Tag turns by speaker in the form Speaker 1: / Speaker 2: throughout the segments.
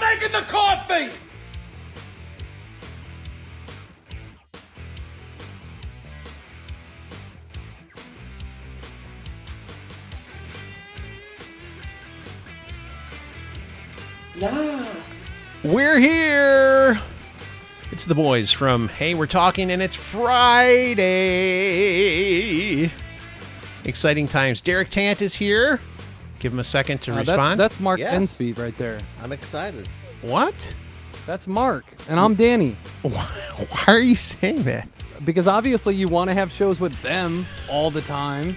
Speaker 1: drinking the coffee.
Speaker 2: Yes.
Speaker 3: We're here. It's the boys from Hey, We're Talking, and it's Friday. Exciting times. Derek Tant is here. Give him a second to
Speaker 4: Uh, that's-
Speaker 3: respond.
Speaker 4: That's, Mark
Speaker 5: Yes.
Speaker 4: Enspeed right there.
Speaker 5: I'm excited.
Speaker 3: what?
Speaker 4: That's Mark, and I'm Danny.
Speaker 3: Why, why are you saying that?
Speaker 4: Because obviously you want to have shows with them all the time.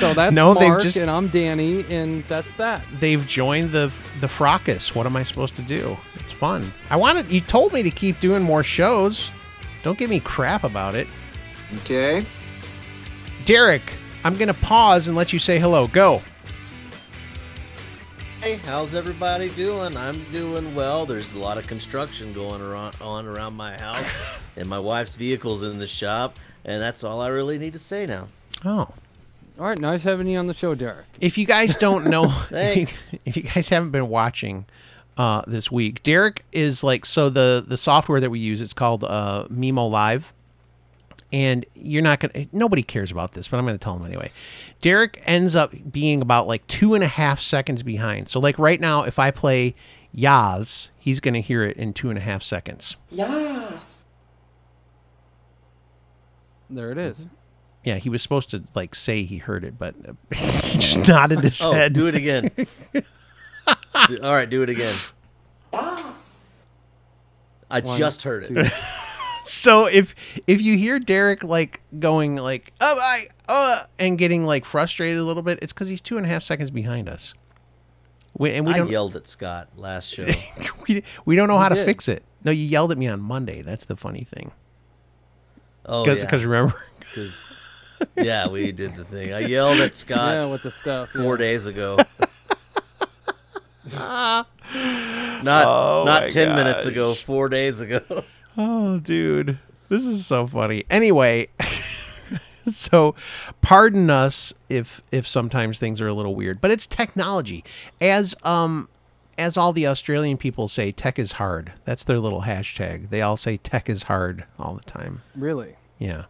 Speaker 4: So that's
Speaker 3: No, they've
Speaker 4: Mark,
Speaker 3: just-
Speaker 4: and I'm Danny, and that's that.
Speaker 3: They've joined the the fracas. What am I supposed to do? It's fun. I wanted. You told me to keep doing more shows. Don't give me crap about it,
Speaker 6: Okay.
Speaker 3: Derek. I'm gonna pause and let you say hello. Go.
Speaker 5: Hey, how's everybody doing? I'm doing well. There's a lot of construction going around, on around my house, and my wife's vehicle's in the shop, and that's all I really need to say now.
Speaker 3: Oh.
Speaker 4: All right, nice having you on the show, Derek.
Speaker 3: if you guys don't know,
Speaker 5: Thanks.
Speaker 3: if, you, if you guys haven't been watching uh, this week, Derek is like so the the software that we use it's called uh, Mimo Live, and you're not gonna nobody cares about this, but I'm gonna tell them anyway. Derek ends up being about like two and a half seconds behind. So like right now, if I play Yaz, he's gonna hear it in two and a half seconds.
Speaker 2: Yes.
Speaker 4: There it is.
Speaker 5: Mm-hmm.
Speaker 3: Yeah, he was supposed to like say he heard it, but uh, he just nodded his
Speaker 5: Oh,
Speaker 3: head.
Speaker 5: do it again. Do- all right, do it again.
Speaker 2: Yes.
Speaker 5: I just heard it.
Speaker 3: so if if you hear Derek like going like oh I uh and getting like frustrated a little bit, it's because he's two and a half seconds behind us. We, and we
Speaker 5: I
Speaker 3: don't
Speaker 5: yelled at Scott last show.
Speaker 3: we, we don't know how to
Speaker 4: did.
Speaker 3: fix it. No, you yelled at me on Monday. That's the funny thing.
Speaker 5: Oh,
Speaker 3: Because
Speaker 5: yeah.
Speaker 3: remember,
Speaker 5: 'cause- yeah, we did the thing. I yelled at
Speaker 3: Uh,
Speaker 5: Scott
Speaker 4: yeah, with the stuff.
Speaker 5: four
Speaker 4: yeah.
Speaker 5: days ago. not not ten minutes ago. Four days ago.
Speaker 3: oh dude, this is so funny. Anyway. So, pardon us if if sometimes things are a little weird, but it's technology. As um as all the Australian people say, tech is hard. That's their little hashtag. They all say tech is hard all the time.
Speaker 4: Really,
Speaker 3: Yeah.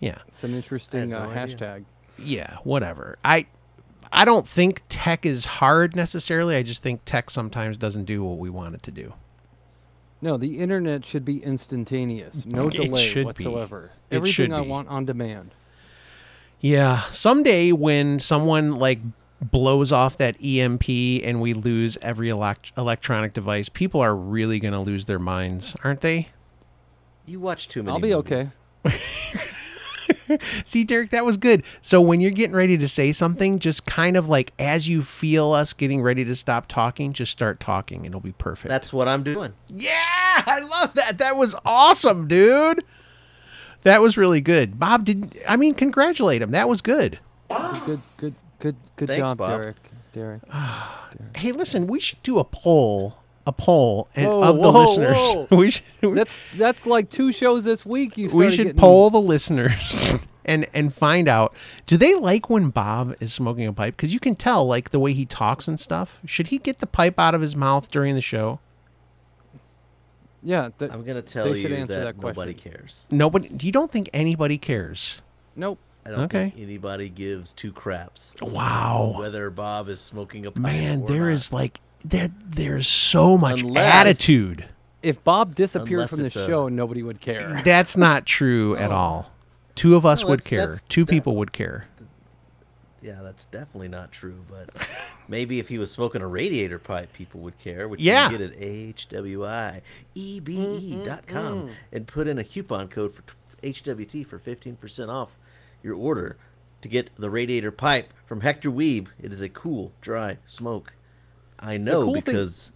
Speaker 3: Yeah.
Speaker 4: it's an interesting uh,
Speaker 5: no idea.
Speaker 4: hashtag.
Speaker 3: Yeah, whatever. I I don't think tech is hard necessarily. I just think tech sometimes doesn't do what we want it to do.
Speaker 4: No, the internet should be instantaneous, no
Speaker 3: It
Speaker 4: delay
Speaker 3: should be.
Speaker 4: whatsoever.
Speaker 3: It
Speaker 4: Everything
Speaker 3: should
Speaker 4: I
Speaker 3: be.
Speaker 4: want on demand.
Speaker 3: Yeah, someday when someone like blows off that EMP and we lose every elect- electronic device, people are really going to lose their minds, aren't they?
Speaker 5: You watch too many.
Speaker 4: I'll be okay.
Speaker 5: movies.
Speaker 3: See, Derek, that was good. So when you're getting ready to say something, just kind of like as you feel us getting ready to stop talking, just start talking and it'll be perfect.
Speaker 5: That's what I'm doing.
Speaker 3: Yeah, I love that. That was awesome, dude. That was really good. Bob did I mean congratulate him. That was good.
Speaker 4: Good, good, good, good
Speaker 5: Thanks,
Speaker 4: job,
Speaker 5: Bob.
Speaker 4: Derek. Derek.
Speaker 3: Hey, listen, we should do a poll, a poll and
Speaker 4: Whoa,
Speaker 3: of the
Speaker 4: whoa,
Speaker 3: listeners.
Speaker 4: whoa.
Speaker 3: We should we,
Speaker 4: That's that's like two shows this week. You started
Speaker 3: should
Speaker 4: getting-
Speaker 3: poll the listeners and and find out do they like when Bob is smoking a pipe cuz you can tell like the way he talks and stuff. Should he get the pipe out of his mouth during the show?
Speaker 4: Yeah, that,
Speaker 5: I'm gonna tell
Speaker 4: They
Speaker 5: you
Speaker 4: should
Speaker 5: that,
Speaker 4: answer that question.
Speaker 5: nobody cares.
Speaker 3: Nobody you don't think anybody cares.
Speaker 4: nope.
Speaker 5: I don't
Speaker 3: Okay.
Speaker 5: think anybody gives two craps
Speaker 3: Wow.
Speaker 5: whether Bob is smoking a pipe
Speaker 3: Man,
Speaker 5: or
Speaker 3: there
Speaker 5: not.
Speaker 3: is like that there's so much
Speaker 5: Unless-
Speaker 3: attitude.
Speaker 4: If Bob disappeared
Speaker 5: Unless
Speaker 4: from the
Speaker 5: it's a-
Speaker 4: show, nobody would care.
Speaker 3: That's not true at all. Two of us
Speaker 5: No,
Speaker 3: would
Speaker 5: that's-
Speaker 3: care.
Speaker 5: that's-
Speaker 3: Two
Speaker 5: that-
Speaker 3: people would care.
Speaker 5: Yeah, that's definitely not true. But maybe if he was smoking a radiator pipe, people would care. Which
Speaker 3: Yeah.
Speaker 5: you can get at E
Speaker 4: Mm-hmm.
Speaker 5: hwiebe.com and put in a coupon code for t- HWT for 15% off your order to get the radiator pipe from Hector Weeb. It is a cool, dry smoke. I know
Speaker 4: cool thing-
Speaker 5: because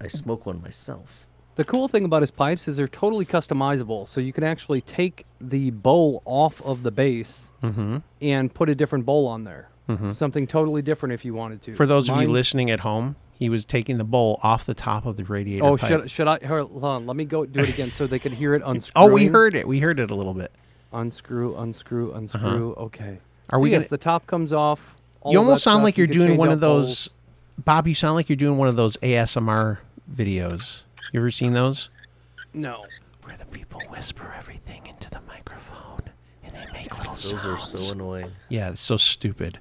Speaker 5: I smoke one myself.
Speaker 4: The cool thing about his pipes is they're totally customizable, so you can actually take the bowl off of the base
Speaker 3: Mm-hmm.
Speaker 4: and put a different bowl on there. Something totally different if you wanted to.
Speaker 3: For those of you
Speaker 4: Mine's-
Speaker 3: listening at home, he was taking the bowl off the top of the radiator.
Speaker 4: Oh,
Speaker 3: pipe.
Speaker 4: should, should I? Hold on, let me go do it again so they could hear it unscrew.
Speaker 3: Oh, we heard it. We heard it a little bit.
Speaker 4: Unscrew, unscrew, unscrew. Okay.
Speaker 3: Are
Speaker 4: So
Speaker 3: we
Speaker 4: yes,
Speaker 3: gonna-
Speaker 4: the top comes off. all
Speaker 3: you
Speaker 4: of
Speaker 3: almost
Speaker 4: Oh, that
Speaker 3: sound
Speaker 4: stuff,
Speaker 3: like you're
Speaker 4: can
Speaker 3: doing
Speaker 4: change
Speaker 3: one
Speaker 4: out
Speaker 3: of
Speaker 4: bowls.
Speaker 3: those, Bob. You sound like you're doing one of those ASMR videos. You ever seen those?
Speaker 4: No.
Speaker 3: Where the people whisper everything into the microphone and they make little
Speaker 5: Those are
Speaker 3: sounds.
Speaker 5: so
Speaker 4: Uh,
Speaker 5: annoying.
Speaker 3: yeah, it's so stupid.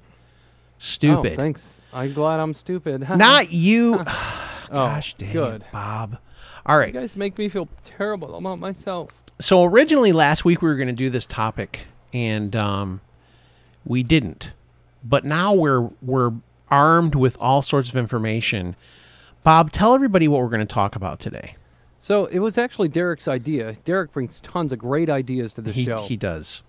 Speaker 4: Oh,
Speaker 3: Stupid.
Speaker 4: thanks. I'm glad I'm stupid.
Speaker 3: Not you.
Speaker 4: oh,
Speaker 3: Gosh dang
Speaker 4: good.
Speaker 3: it, Bob. All right.
Speaker 4: You guys make me feel terrible about myself.
Speaker 3: so originally last week we were going to do this topic and um, we didn't but now we're we're armed with all sorts of information bob tell everybody what we're going to talk about today
Speaker 4: So it was actually Derek's idea. Derek brings tons of great ideas to the
Speaker 3: he,
Speaker 4: show,
Speaker 3: he does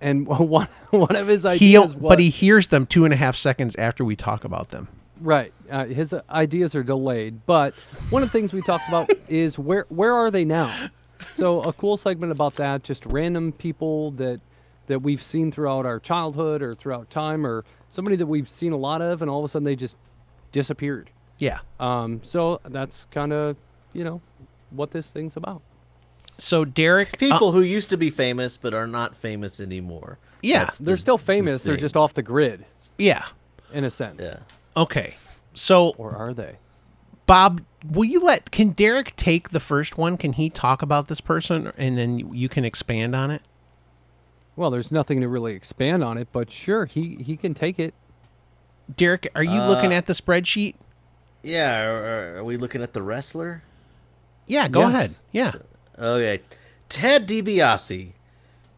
Speaker 4: and one one of his
Speaker 3: he
Speaker 4: ideas was
Speaker 3: but he hears them two and a half seconds after we talk about them
Speaker 4: right. Uh, his uh, ideas are delayed, but one of the things we talked about is where where are they now? So a cool segment about that, just random people that that we've seen throughout our childhood or throughout time, or somebody that we've seen a lot of, and all of a sudden they just disappeared.
Speaker 3: yeah
Speaker 4: Um, so that's kind of you know what this thing's about.
Speaker 3: so derek uh,
Speaker 5: People who used to be famous but are not famous anymore.
Speaker 3: Yeah,
Speaker 5: That's
Speaker 4: They're
Speaker 5: the-
Speaker 4: still
Speaker 5: the
Speaker 4: famous. They're
Speaker 5: thing.
Speaker 4: just off the grid
Speaker 3: yeah
Speaker 4: in a sense.
Speaker 5: Yeah.
Speaker 3: okay so
Speaker 4: Or are they?
Speaker 3: bob will you let can derek take the first one can he talk about this person and then you can expand on it
Speaker 4: Well, there's nothing to really expand on it, but sure, he he can take it.
Speaker 3: derek are
Speaker 4: Uh,
Speaker 3: you looking at the spreadsheet
Speaker 5: Yeah. Are, are- are we looking at the wrestler?
Speaker 3: Yeah, go
Speaker 4: Yes.
Speaker 3: ahead. Yeah.
Speaker 5: Okay. Ted DiBiase.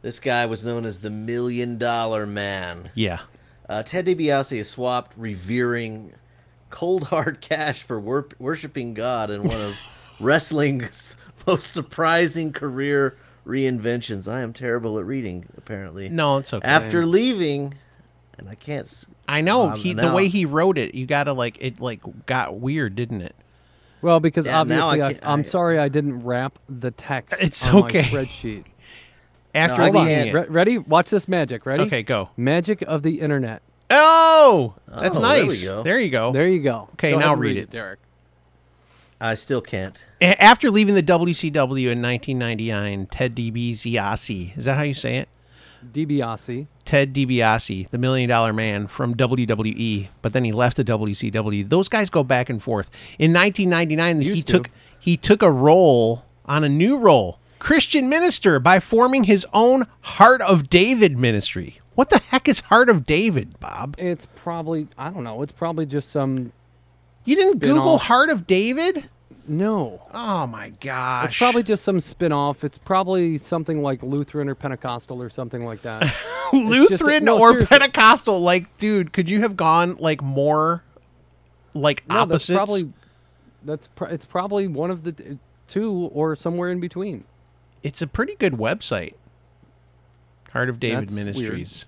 Speaker 5: This guy was known as the Million Dollar Man.
Speaker 3: Yeah.
Speaker 5: Uh, Ted DiBiase has swapped revering cold hard cash for wor- worshiping God in one of wrestling's most surprising career reinventions. I am terrible at reading, apparently.
Speaker 3: No, it's okay.
Speaker 5: After leaving, and I can't. s-
Speaker 3: I know
Speaker 5: Um,
Speaker 3: he the
Speaker 5: now-
Speaker 3: way he wrote it, you got to like it like got weird, didn't it?
Speaker 4: Well, because
Speaker 5: Yeah, now I
Speaker 4: obviously I
Speaker 5: can't-
Speaker 4: I, am
Speaker 5: I-
Speaker 4: sorry I didn't wrap the text.
Speaker 3: It's
Speaker 4: on
Speaker 3: okay.
Speaker 4: My spreadsheet.
Speaker 3: After
Speaker 5: I
Speaker 3: leaving
Speaker 5: can't-
Speaker 3: it.
Speaker 4: Re- ready? Watch this magic. Ready?
Speaker 3: Okay, go.
Speaker 4: Magic of the internet.
Speaker 3: Oh, that's
Speaker 5: Oh, there we
Speaker 3: nice.
Speaker 5: go.
Speaker 3: you go.
Speaker 4: There you go.
Speaker 3: Okay,
Speaker 4: Go ahead
Speaker 3: now
Speaker 4: and
Speaker 3: read
Speaker 4: read
Speaker 3: it.
Speaker 4: it, Derek.
Speaker 5: I still can't.
Speaker 3: A- After leaving the WCW in 1999, Ted DiBiase, is that how you say it?
Speaker 4: DiBiase.
Speaker 3: Ted DiBiase, the million dollar man from WWE, but then he left the WCW. Those guys go back and forth. In 1999, he
Speaker 4: Used to.
Speaker 3: took he took a role on a new role, Christian minister, by forming his own Heart of David ministry. What the heck is Heart of David, Bob?
Speaker 4: It's probably I don't know. It's probably just some
Speaker 3: You didn't
Speaker 4: Spin
Speaker 3: Google
Speaker 4: off.
Speaker 3: Heart of David?
Speaker 4: no.
Speaker 3: Oh my gosh!
Speaker 4: It's probably just some spin-off. It's probably something like Lutheran or Pentecostal or something like that. just-
Speaker 3: Lutheran
Speaker 4: no,
Speaker 3: or
Speaker 4: seriously.
Speaker 3: Pentecostal. Like, dude, could you have gone like more like
Speaker 4: No,
Speaker 3: opposites?
Speaker 4: That's probably that's pr- it's probably one of the d- two or somewhere in between.
Speaker 3: it's a pretty good website. Heart of David
Speaker 4: That's
Speaker 3: Ministries.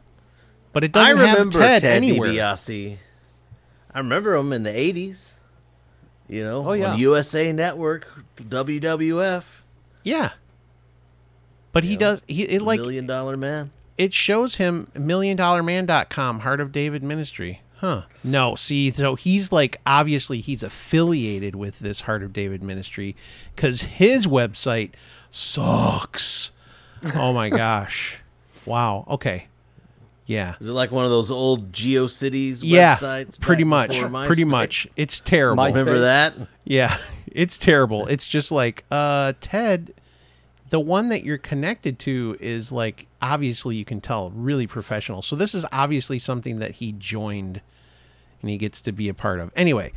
Speaker 3: But it
Speaker 5: I
Speaker 3: doesn't
Speaker 5: remember
Speaker 3: have Ted,
Speaker 5: Ted,
Speaker 3: anywhere.
Speaker 5: DiBiase. I remember him in the 80s. You know,
Speaker 4: Oh, yeah.
Speaker 5: on USA Network, WWF.
Speaker 3: Yeah. But he does he it like
Speaker 5: Million Dollar Man.
Speaker 3: it shows him milliondollarman.com Heart of David Ministry. Huh. No, see, so he's like obviously he's affiliated with this Heart of David Ministry cuz his website sucks. Oh my gosh. Wow. Okay. Yeah.
Speaker 5: Is it like one of those old GeoCities
Speaker 3: Yeah,
Speaker 5: websites?
Speaker 3: pretty
Speaker 5: back
Speaker 3: much.
Speaker 5: before
Speaker 3: Pretty
Speaker 5: MySpace?
Speaker 3: much. It's terrible.
Speaker 4: My-
Speaker 5: Remember
Speaker 4: MySpace.
Speaker 5: that?
Speaker 3: Yeah, it's terrible. It's just like, uh, Ted, the one that you're connected to is like obviously you can tell really professional. So this is obviously something that he joined and he gets to be a part of. Anyway,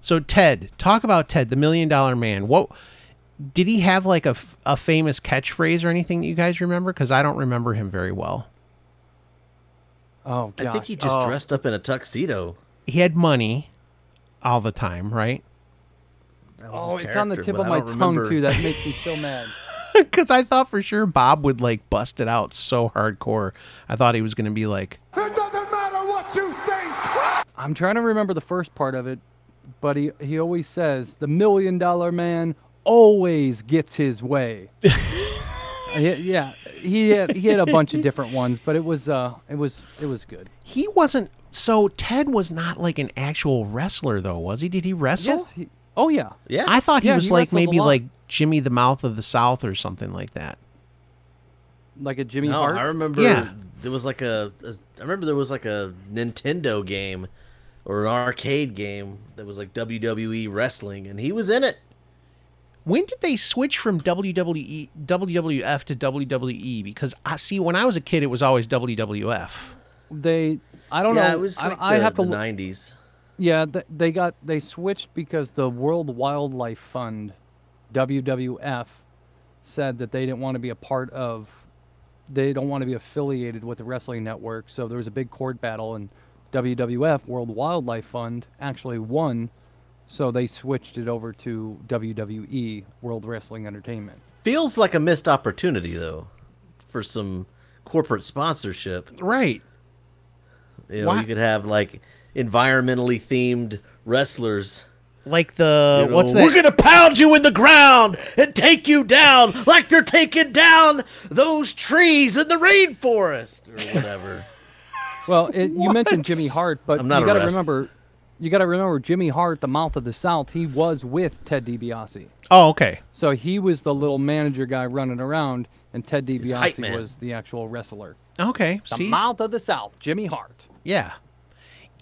Speaker 3: so Ted, talk about Ted, the million dollar man. What did he have like a, f- a famous catchphrase or anything that you guys remember? Because I don't remember him very well.
Speaker 4: Oh gosh.
Speaker 5: I think he just
Speaker 4: Oh,
Speaker 5: dressed up in a tuxedo.
Speaker 3: He had money all the time, right?
Speaker 5: That was
Speaker 4: Oh,
Speaker 5: his
Speaker 4: it's on the
Speaker 5: character,
Speaker 4: tip
Speaker 5: but
Speaker 4: of my
Speaker 5: I don't
Speaker 4: tongue
Speaker 5: remember.
Speaker 4: too. That makes me so mad.
Speaker 3: Because I thought for sure Bob would like bust it out so hardcore. I thought he was going to be like,
Speaker 1: It doesn't matter what you think.
Speaker 4: I'm trying to remember the first part of it, but he he always says the million dollar man always gets his way. yeah, yeah, he had he had a bunch of different ones, but it was uh it was it was good.
Speaker 3: he wasn't. So Ted was not like an actual wrestler, though, was he? Did he wrestle?
Speaker 4: Yes. He, oh yeah.
Speaker 5: Yeah.
Speaker 3: I thought he
Speaker 4: Yeah,
Speaker 3: was
Speaker 4: he
Speaker 3: like
Speaker 4: wrestled a
Speaker 3: maybe
Speaker 4: lot.
Speaker 3: like Jimmy the Mouth of the South or something like that.
Speaker 4: Like a Jimmy
Speaker 5: no,
Speaker 4: Hart.
Speaker 5: I remember
Speaker 3: Yeah.
Speaker 5: there was like a, a I remember there was like a Nintendo game or an arcade game that was like WWE wrestling and E he was in it.
Speaker 3: When did they switch from E, WWE WWF to WWE? Because I see when I was a kid, it was always WWF.
Speaker 4: They, I don't
Speaker 5: yeah,
Speaker 4: know.
Speaker 5: it was
Speaker 4: I,
Speaker 5: like
Speaker 4: I
Speaker 5: the,
Speaker 4: have to.
Speaker 5: the
Speaker 4: look-
Speaker 5: 90s.
Speaker 4: Yeah, th- they got they switched because the World Wildlife Fund, WWF, said that they didn't want to be a part of, they don't want to be affiliated with the Wrestling Network. So there was a big court battle, and WWF World Wildlife Fund actually won, so they switched it over to WWE World Wrestling Entertainment.
Speaker 5: Feels like a missed opportunity though, for some corporate sponsorship.
Speaker 3: Right.
Speaker 5: You know,
Speaker 3: Why-
Speaker 5: you could have like environmentally themed wrestlers.
Speaker 3: Like the
Speaker 4: Uh,
Speaker 5: you know,
Speaker 3: what's that?
Speaker 5: We're gonna pound you in the ground and take you down like they're taking down those trees in the rainforest or whatever.
Speaker 4: Well, it, you mentioned Jimmy Hart, but
Speaker 5: I'm not
Speaker 4: you
Speaker 5: a
Speaker 4: got to
Speaker 5: wrestler.
Speaker 4: remember, you got to remember Jimmy Hart, the mouth of the South. He was with Ted DiBiase.
Speaker 3: oh, okay.
Speaker 4: So he was the little manager guy running around, and Ted
Speaker 5: hype
Speaker 4: DiBiase
Speaker 5: man.
Speaker 4: was the actual wrestler.
Speaker 3: Okay.
Speaker 4: The
Speaker 3: see?
Speaker 4: mouth of the South, Jimmy Hart.
Speaker 3: Yeah.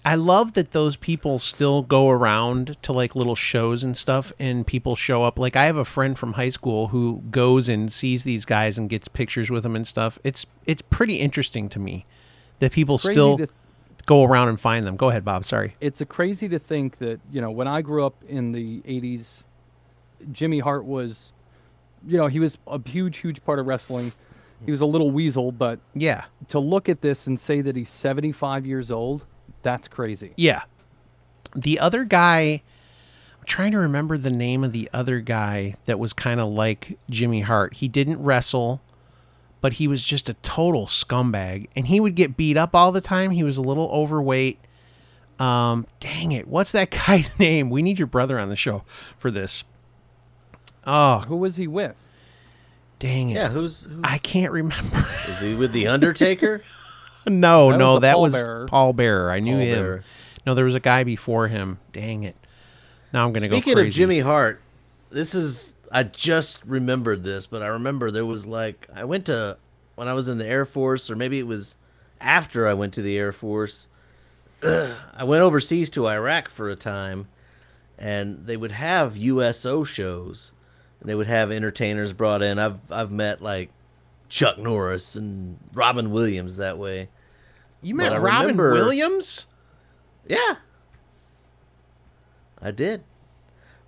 Speaker 3: I love that those people still go around to like little shows and stuff and people show up. Like I have a friend from high school who goes and sees these guys and gets pictures with them and stuff. It's it's pretty interesting to me that people
Speaker 4: Crazy
Speaker 3: still
Speaker 4: to th-
Speaker 3: go around and find them. Go ahead, Bob. Sorry.
Speaker 4: It's a crazy to think that you know when I grew up in the '80s, Jimmy Hart was, you know, he was a huge, huge part of wrestling. He was a little weasel, but
Speaker 3: Yeah.
Speaker 4: to look at this and say that he's 75 years old, that's crazy.
Speaker 3: Yeah. The other guy, I'm trying to remember the name of the other guy that was kind of like Jimmy Hart. He didn't wrestle, but he was just a total scumbag. And he would get beat up all the time. He was a little overweight. Um, dang it. What's that guy's name? We need your brother on the show for this. Oh,
Speaker 4: Who was he with?
Speaker 3: dang it.
Speaker 5: Yeah, who's who,
Speaker 3: I can't remember.
Speaker 5: is he with the Undertaker?
Speaker 3: no,
Speaker 4: That
Speaker 3: no,
Speaker 4: was the
Speaker 3: that
Speaker 4: pallbearer.
Speaker 3: was Paul Bearer. I knew him.
Speaker 5: Pallbearer.
Speaker 3: No, there was a guy before him. Dang it. Now I'm going to go
Speaker 5: Speaking
Speaker 3: crazy.
Speaker 5: of Jimmy Hart, this is I just remembered this, but I remember there was like I went to when I was in the Air Force, or maybe it was after I went to the Air Force. I went overseas to Iraq for a time, and they would have USO shows, and they would have entertainers brought in. I've I've met like Chuck Norris and Robin Williams that way.
Speaker 3: You
Speaker 5: But
Speaker 3: met
Speaker 5: I
Speaker 3: Robin
Speaker 5: remember-
Speaker 3: Williams?
Speaker 5: Yeah. I did.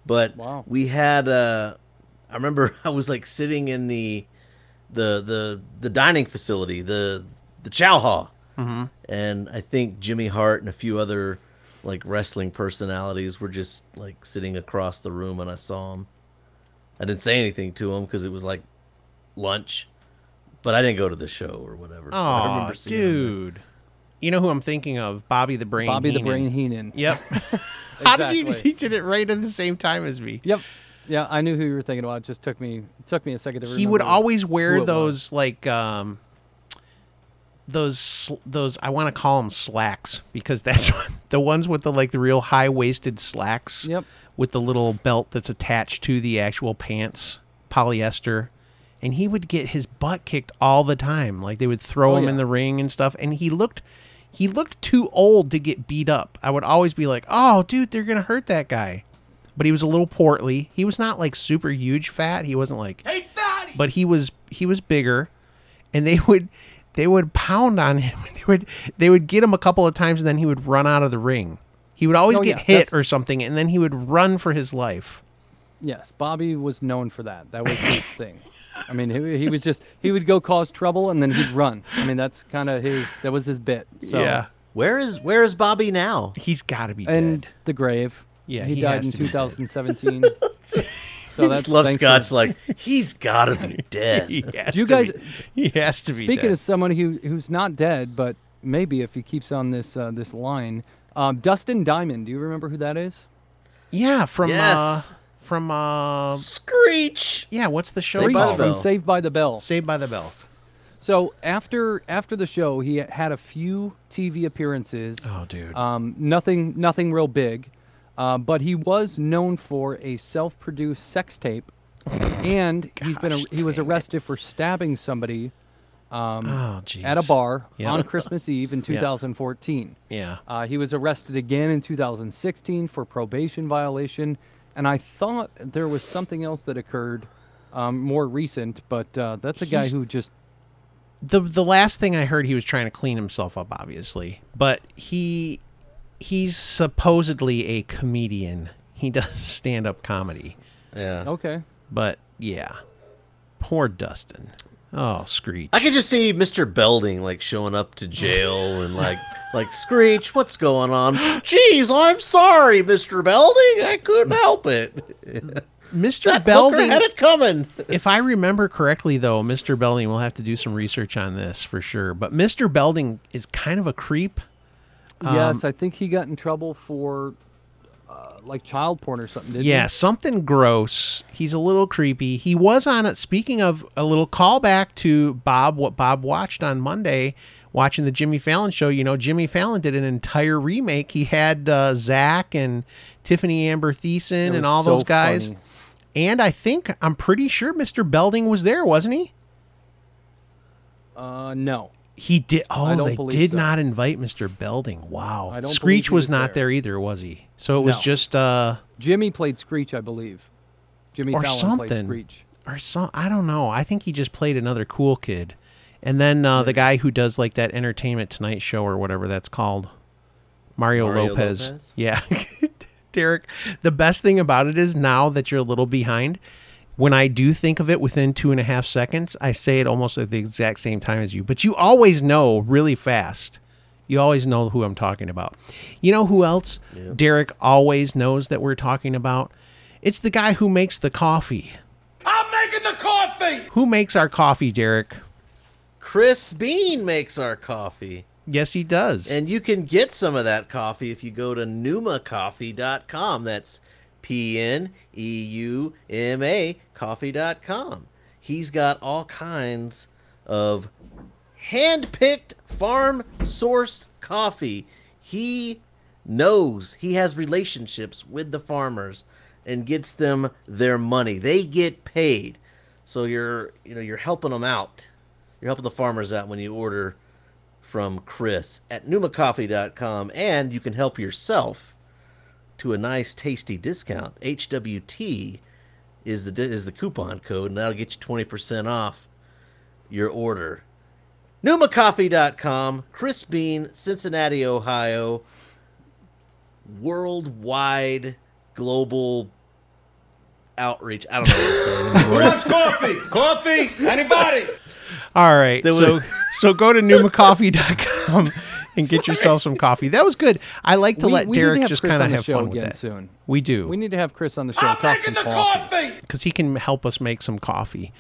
Speaker 5: But
Speaker 4: Wow.
Speaker 5: we had uh I remember I was like sitting in the the the the dining facility, the the chow hall. Mm-hmm. And I think Jimmy Hart and a few other like wrestling personalities were just like sitting across the room and I saw him. I didn't say anything to him cuz it was like lunch. But I didn't go to the show or whatever. but I
Speaker 3: Oh,
Speaker 5: remember seeing him.
Speaker 3: dude. You know who I'm thinking of? Bobby the Brain.
Speaker 4: Bobby
Speaker 3: Heenan.
Speaker 4: the Brain Heenan.
Speaker 3: Yep. How did you?
Speaker 4: Exactly.
Speaker 3: He did it right at the same time as me.
Speaker 4: Yep. Yeah, I knew who you were thinking about. It just took me took me a second to remember.
Speaker 3: He would always
Speaker 4: who
Speaker 3: wear
Speaker 4: it
Speaker 3: those like um, those sl- those I want to call them slacks because that's the ones with the like the real high waisted slacks.
Speaker 4: Yep.
Speaker 3: With the little belt that's attached to the actual pants, polyester. And he would get his butt kicked all the time. Like they would throw
Speaker 4: Oh,
Speaker 3: him in
Speaker 4: yeah.
Speaker 3: the ring and stuff. And he looked he looked too old to get beat up. I would always be like, Oh dude, they're gonna hurt that guy. But he was a little portly. He was not like super huge fat. He wasn't like
Speaker 1: Hey, fatty!
Speaker 3: but he was he was bigger and they would they would pound on him they would they would get him a couple of times and then he would run out of the ring he would always
Speaker 4: Oh,
Speaker 3: get
Speaker 4: yeah,
Speaker 3: hit
Speaker 4: that's-
Speaker 3: or something and then he would run for his life
Speaker 4: Yes, Bobby was known for that. That was his thing. I mean, he, he was just he would go cause trouble and then he'd run. I mean, that's kind of his. That was his bit. So,
Speaker 5: Where is where is Bobby now?
Speaker 3: he's got to be
Speaker 4: And
Speaker 3: dead
Speaker 4: the grave.
Speaker 3: Yeah,
Speaker 4: he,
Speaker 3: he
Speaker 4: died
Speaker 3: has
Speaker 4: in
Speaker 3: to be dead.
Speaker 4: 2017. so
Speaker 5: I
Speaker 4: that's
Speaker 5: just love
Speaker 4: thanks for-
Speaker 5: Scott's like he's gotta be dead.
Speaker 3: he has
Speaker 4: Do
Speaker 3: to
Speaker 4: you guys-
Speaker 3: be, he has to be
Speaker 4: Speaking
Speaker 3: dead.
Speaker 4: of someone who who's not dead, but maybe if he keeps on this uh, this line, um, Dustin Diamond. Do you remember who that is?
Speaker 3: yeah from
Speaker 5: Yes.
Speaker 3: uh from uh
Speaker 5: Screech.
Speaker 3: yeah what's the show
Speaker 5: Saved by the
Speaker 3: called
Speaker 4: From
Speaker 5: Bell.
Speaker 4: Saved by the Bell.
Speaker 3: saved by the bell
Speaker 4: So after after the show, he had a few TV appearances.
Speaker 3: oh dude
Speaker 4: Um, nothing nothing real big, uh, but he was known for a self-produced sex tape, and he's been a,
Speaker 3: Gosh,
Speaker 4: he was
Speaker 3: dang it.
Speaker 4: arrested for stabbing somebody
Speaker 3: oh jeez
Speaker 4: at a bar
Speaker 3: Yeah.
Speaker 4: on Christmas Eve in 2014.
Speaker 3: yeah
Speaker 4: Uh, he was arrested again in 2016 for probation violation, And I thought there was something else that occurred um, more recent, but uh, that's a guy
Speaker 3: He's-
Speaker 4: who just
Speaker 3: the the last thing I heard, he was trying to clean himself up, obviously, but he he's supposedly a comedian. He does stand up comedy,
Speaker 5: Yeah.
Speaker 4: okay.
Speaker 3: but yeah, poor Dustin. Oh, Screech.
Speaker 5: I could just see Mr. Belding like showing up to jail and like like Screech, what's going on? Jeez, I'm sorry, Mr. Belding. I couldn't help it.
Speaker 3: Mr.
Speaker 5: That Belding
Speaker 3: Belding.
Speaker 5: had it coming.
Speaker 3: if I remember correctly, though, Mr. Belding, we'll have to do some research on this for sure. But Mr. Belding is kind of a creep. Um,
Speaker 4: yes, I think he got in trouble for uh, like child porn or something. Didn't
Speaker 3: Yeah, something gross. He's a little creepy. He was on it. Speaking of a little callback to Bob, what Bob watched on Monday, watching the Jimmy Fallon show. You know, Jimmy Fallon did an entire remake. He had uh, Zach and Tiffany Amber Thiessen
Speaker 4: was
Speaker 3: and all
Speaker 4: so
Speaker 3: those guys.
Speaker 4: funny.
Speaker 3: And I think I'm pretty sure Mr. Belding was there, wasn't he?
Speaker 4: He? Uh, no.
Speaker 3: He did. Oh,
Speaker 4: don't
Speaker 3: they
Speaker 4: believe
Speaker 3: did
Speaker 4: so.
Speaker 3: not invite Mr. Belding. Wow.
Speaker 4: I don't believe
Speaker 3: Screech
Speaker 4: he
Speaker 3: was,
Speaker 4: was
Speaker 3: not
Speaker 4: there.
Speaker 3: there. either, was he? So it was
Speaker 4: No.
Speaker 3: just uh
Speaker 4: Jimmy played Screech, I believe. Jimmy
Speaker 3: Or
Speaker 4: Fallon played
Speaker 3: something.
Speaker 4: Screech.
Speaker 3: or some I don't know. I think he just played another cool kid. And then uh,
Speaker 5: Hmm.
Speaker 3: the guy who does like that Entertainment Tonight show or whatever that's called, Mario,
Speaker 5: Mario
Speaker 3: Lopez.
Speaker 5: Lopez?
Speaker 3: Yeah. Derek, the best thing about it is now that you're a little behind, when I do think of it within two and a half seconds, I say it almost at the exact same time as you. But you always know really fast. You always know who I'm talking about. You know who else Derek always knows that we're talking about? It's the guy who makes the coffee.
Speaker 1: I'm making the coffee!
Speaker 3: Who makes our coffee, Derek?
Speaker 5: Chris Bean makes our coffee.
Speaker 3: Yes, he does.
Speaker 5: And you can get some of that coffee if you go to numacoffee.com. That's P N E U M A coffee.com. He's got all kinds of hand picked, farm sourced coffee. He knows he has relationships with the farmers and gets them their money. They get paid. So you're, you know, you're helping them out. You're helping the farmers out when you order from Chris at numacoffee.com, and you can help yourself to a nice, tasty discount. HWT is the is the coupon code, and that'll get you twenty percent off your order. NumaCoffee.com, Chris Bean, Cincinnati, Ohio, worldwide global outreach. I don't know what I'm saying anymore.
Speaker 1: coffee? Coffee? Anybody?
Speaker 3: All right.
Speaker 5: There
Speaker 3: So
Speaker 5: was-
Speaker 3: so go to numacoffee.com and get yourself some coffee. That was good. I like to
Speaker 4: We-
Speaker 3: let
Speaker 4: we need to
Speaker 3: Derek
Speaker 4: have
Speaker 3: just
Speaker 4: Chris
Speaker 3: kind of
Speaker 4: on the
Speaker 3: have
Speaker 4: show
Speaker 3: fun with
Speaker 4: again
Speaker 3: that.
Speaker 4: soon.
Speaker 3: We do.
Speaker 4: We need to have Chris on the show. talk some coffee.
Speaker 3: because he can help us make some coffee.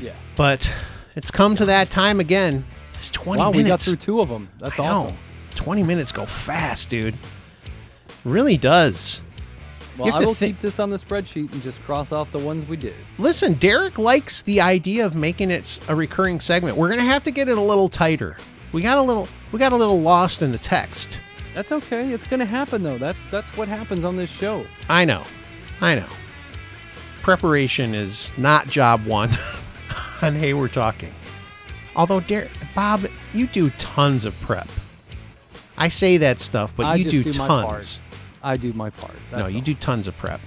Speaker 4: Yeah.
Speaker 3: But it's come to that time again. It's 20
Speaker 4: Wow,
Speaker 3: minutes.
Speaker 4: we got through two of them. That's
Speaker 3: I know.
Speaker 4: awesome.
Speaker 3: 20 minutes go fast, dude. Really does. You
Speaker 4: Well,
Speaker 3: have
Speaker 4: I
Speaker 3: to
Speaker 4: will
Speaker 3: thi-
Speaker 4: keep this on the spreadsheet and just cross off the ones we did.
Speaker 3: Listen, Derek likes the idea of making it a recurring segment. We're gonna have to get it a little tighter. We got a little we got a little lost in the text.
Speaker 4: That's okay. It's going to happen though. That's that's what happens on this show.
Speaker 3: I know. I know. Preparation is not job one on Hey We're Talking. Although Derek Bob, you do tons of prep. I say that stuff, but
Speaker 4: I
Speaker 3: you
Speaker 4: just
Speaker 3: do,
Speaker 4: do my part.
Speaker 3: tons.
Speaker 4: I do my part.
Speaker 3: No,
Speaker 4: That's
Speaker 3: you
Speaker 4: all.
Speaker 3: do tons of prep.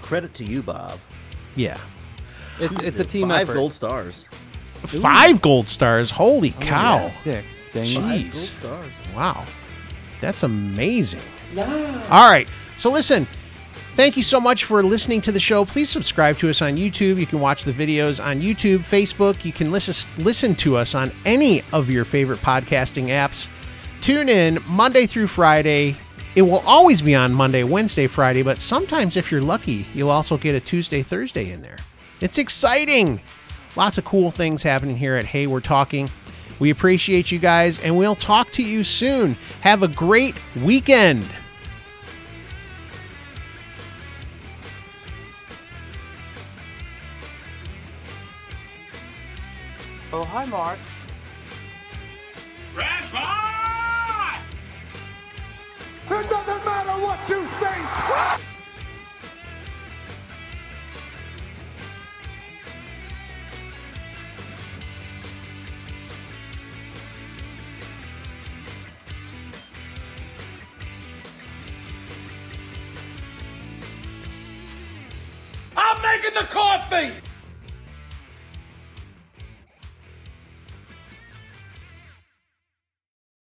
Speaker 5: Credit to you, Bob.
Speaker 3: Yeah.
Speaker 4: It's, it's a team
Speaker 5: Five
Speaker 4: effort.
Speaker 5: gold stars.
Speaker 3: Five gold stars. Holy
Speaker 4: Oh,
Speaker 3: cow.
Speaker 4: Six. Dang it.
Speaker 3: Jeez.
Speaker 5: Gold stars.
Speaker 3: Wow. That's amazing.
Speaker 2: Yeah.
Speaker 3: All right. So listen, thank you so much for listening to the show. Please subscribe to us on YouTube. You can watch the videos on YouTube, Facebook. You can listen listen to us on any of your favorite podcasting apps. Tune in Monday through Friday. It will always be on Monday, Wednesday, Friday, but sometimes if you're lucky, you'll also get a Tuesday, Thursday in there. It's exciting. Lots of cool things happening here at Hey We're Talking. We appreciate you guys and we'll talk to you soon. Have a great weekend.
Speaker 2: Oh, hi, Mark.
Speaker 1: It doesn't matter what you think! taking the coffee!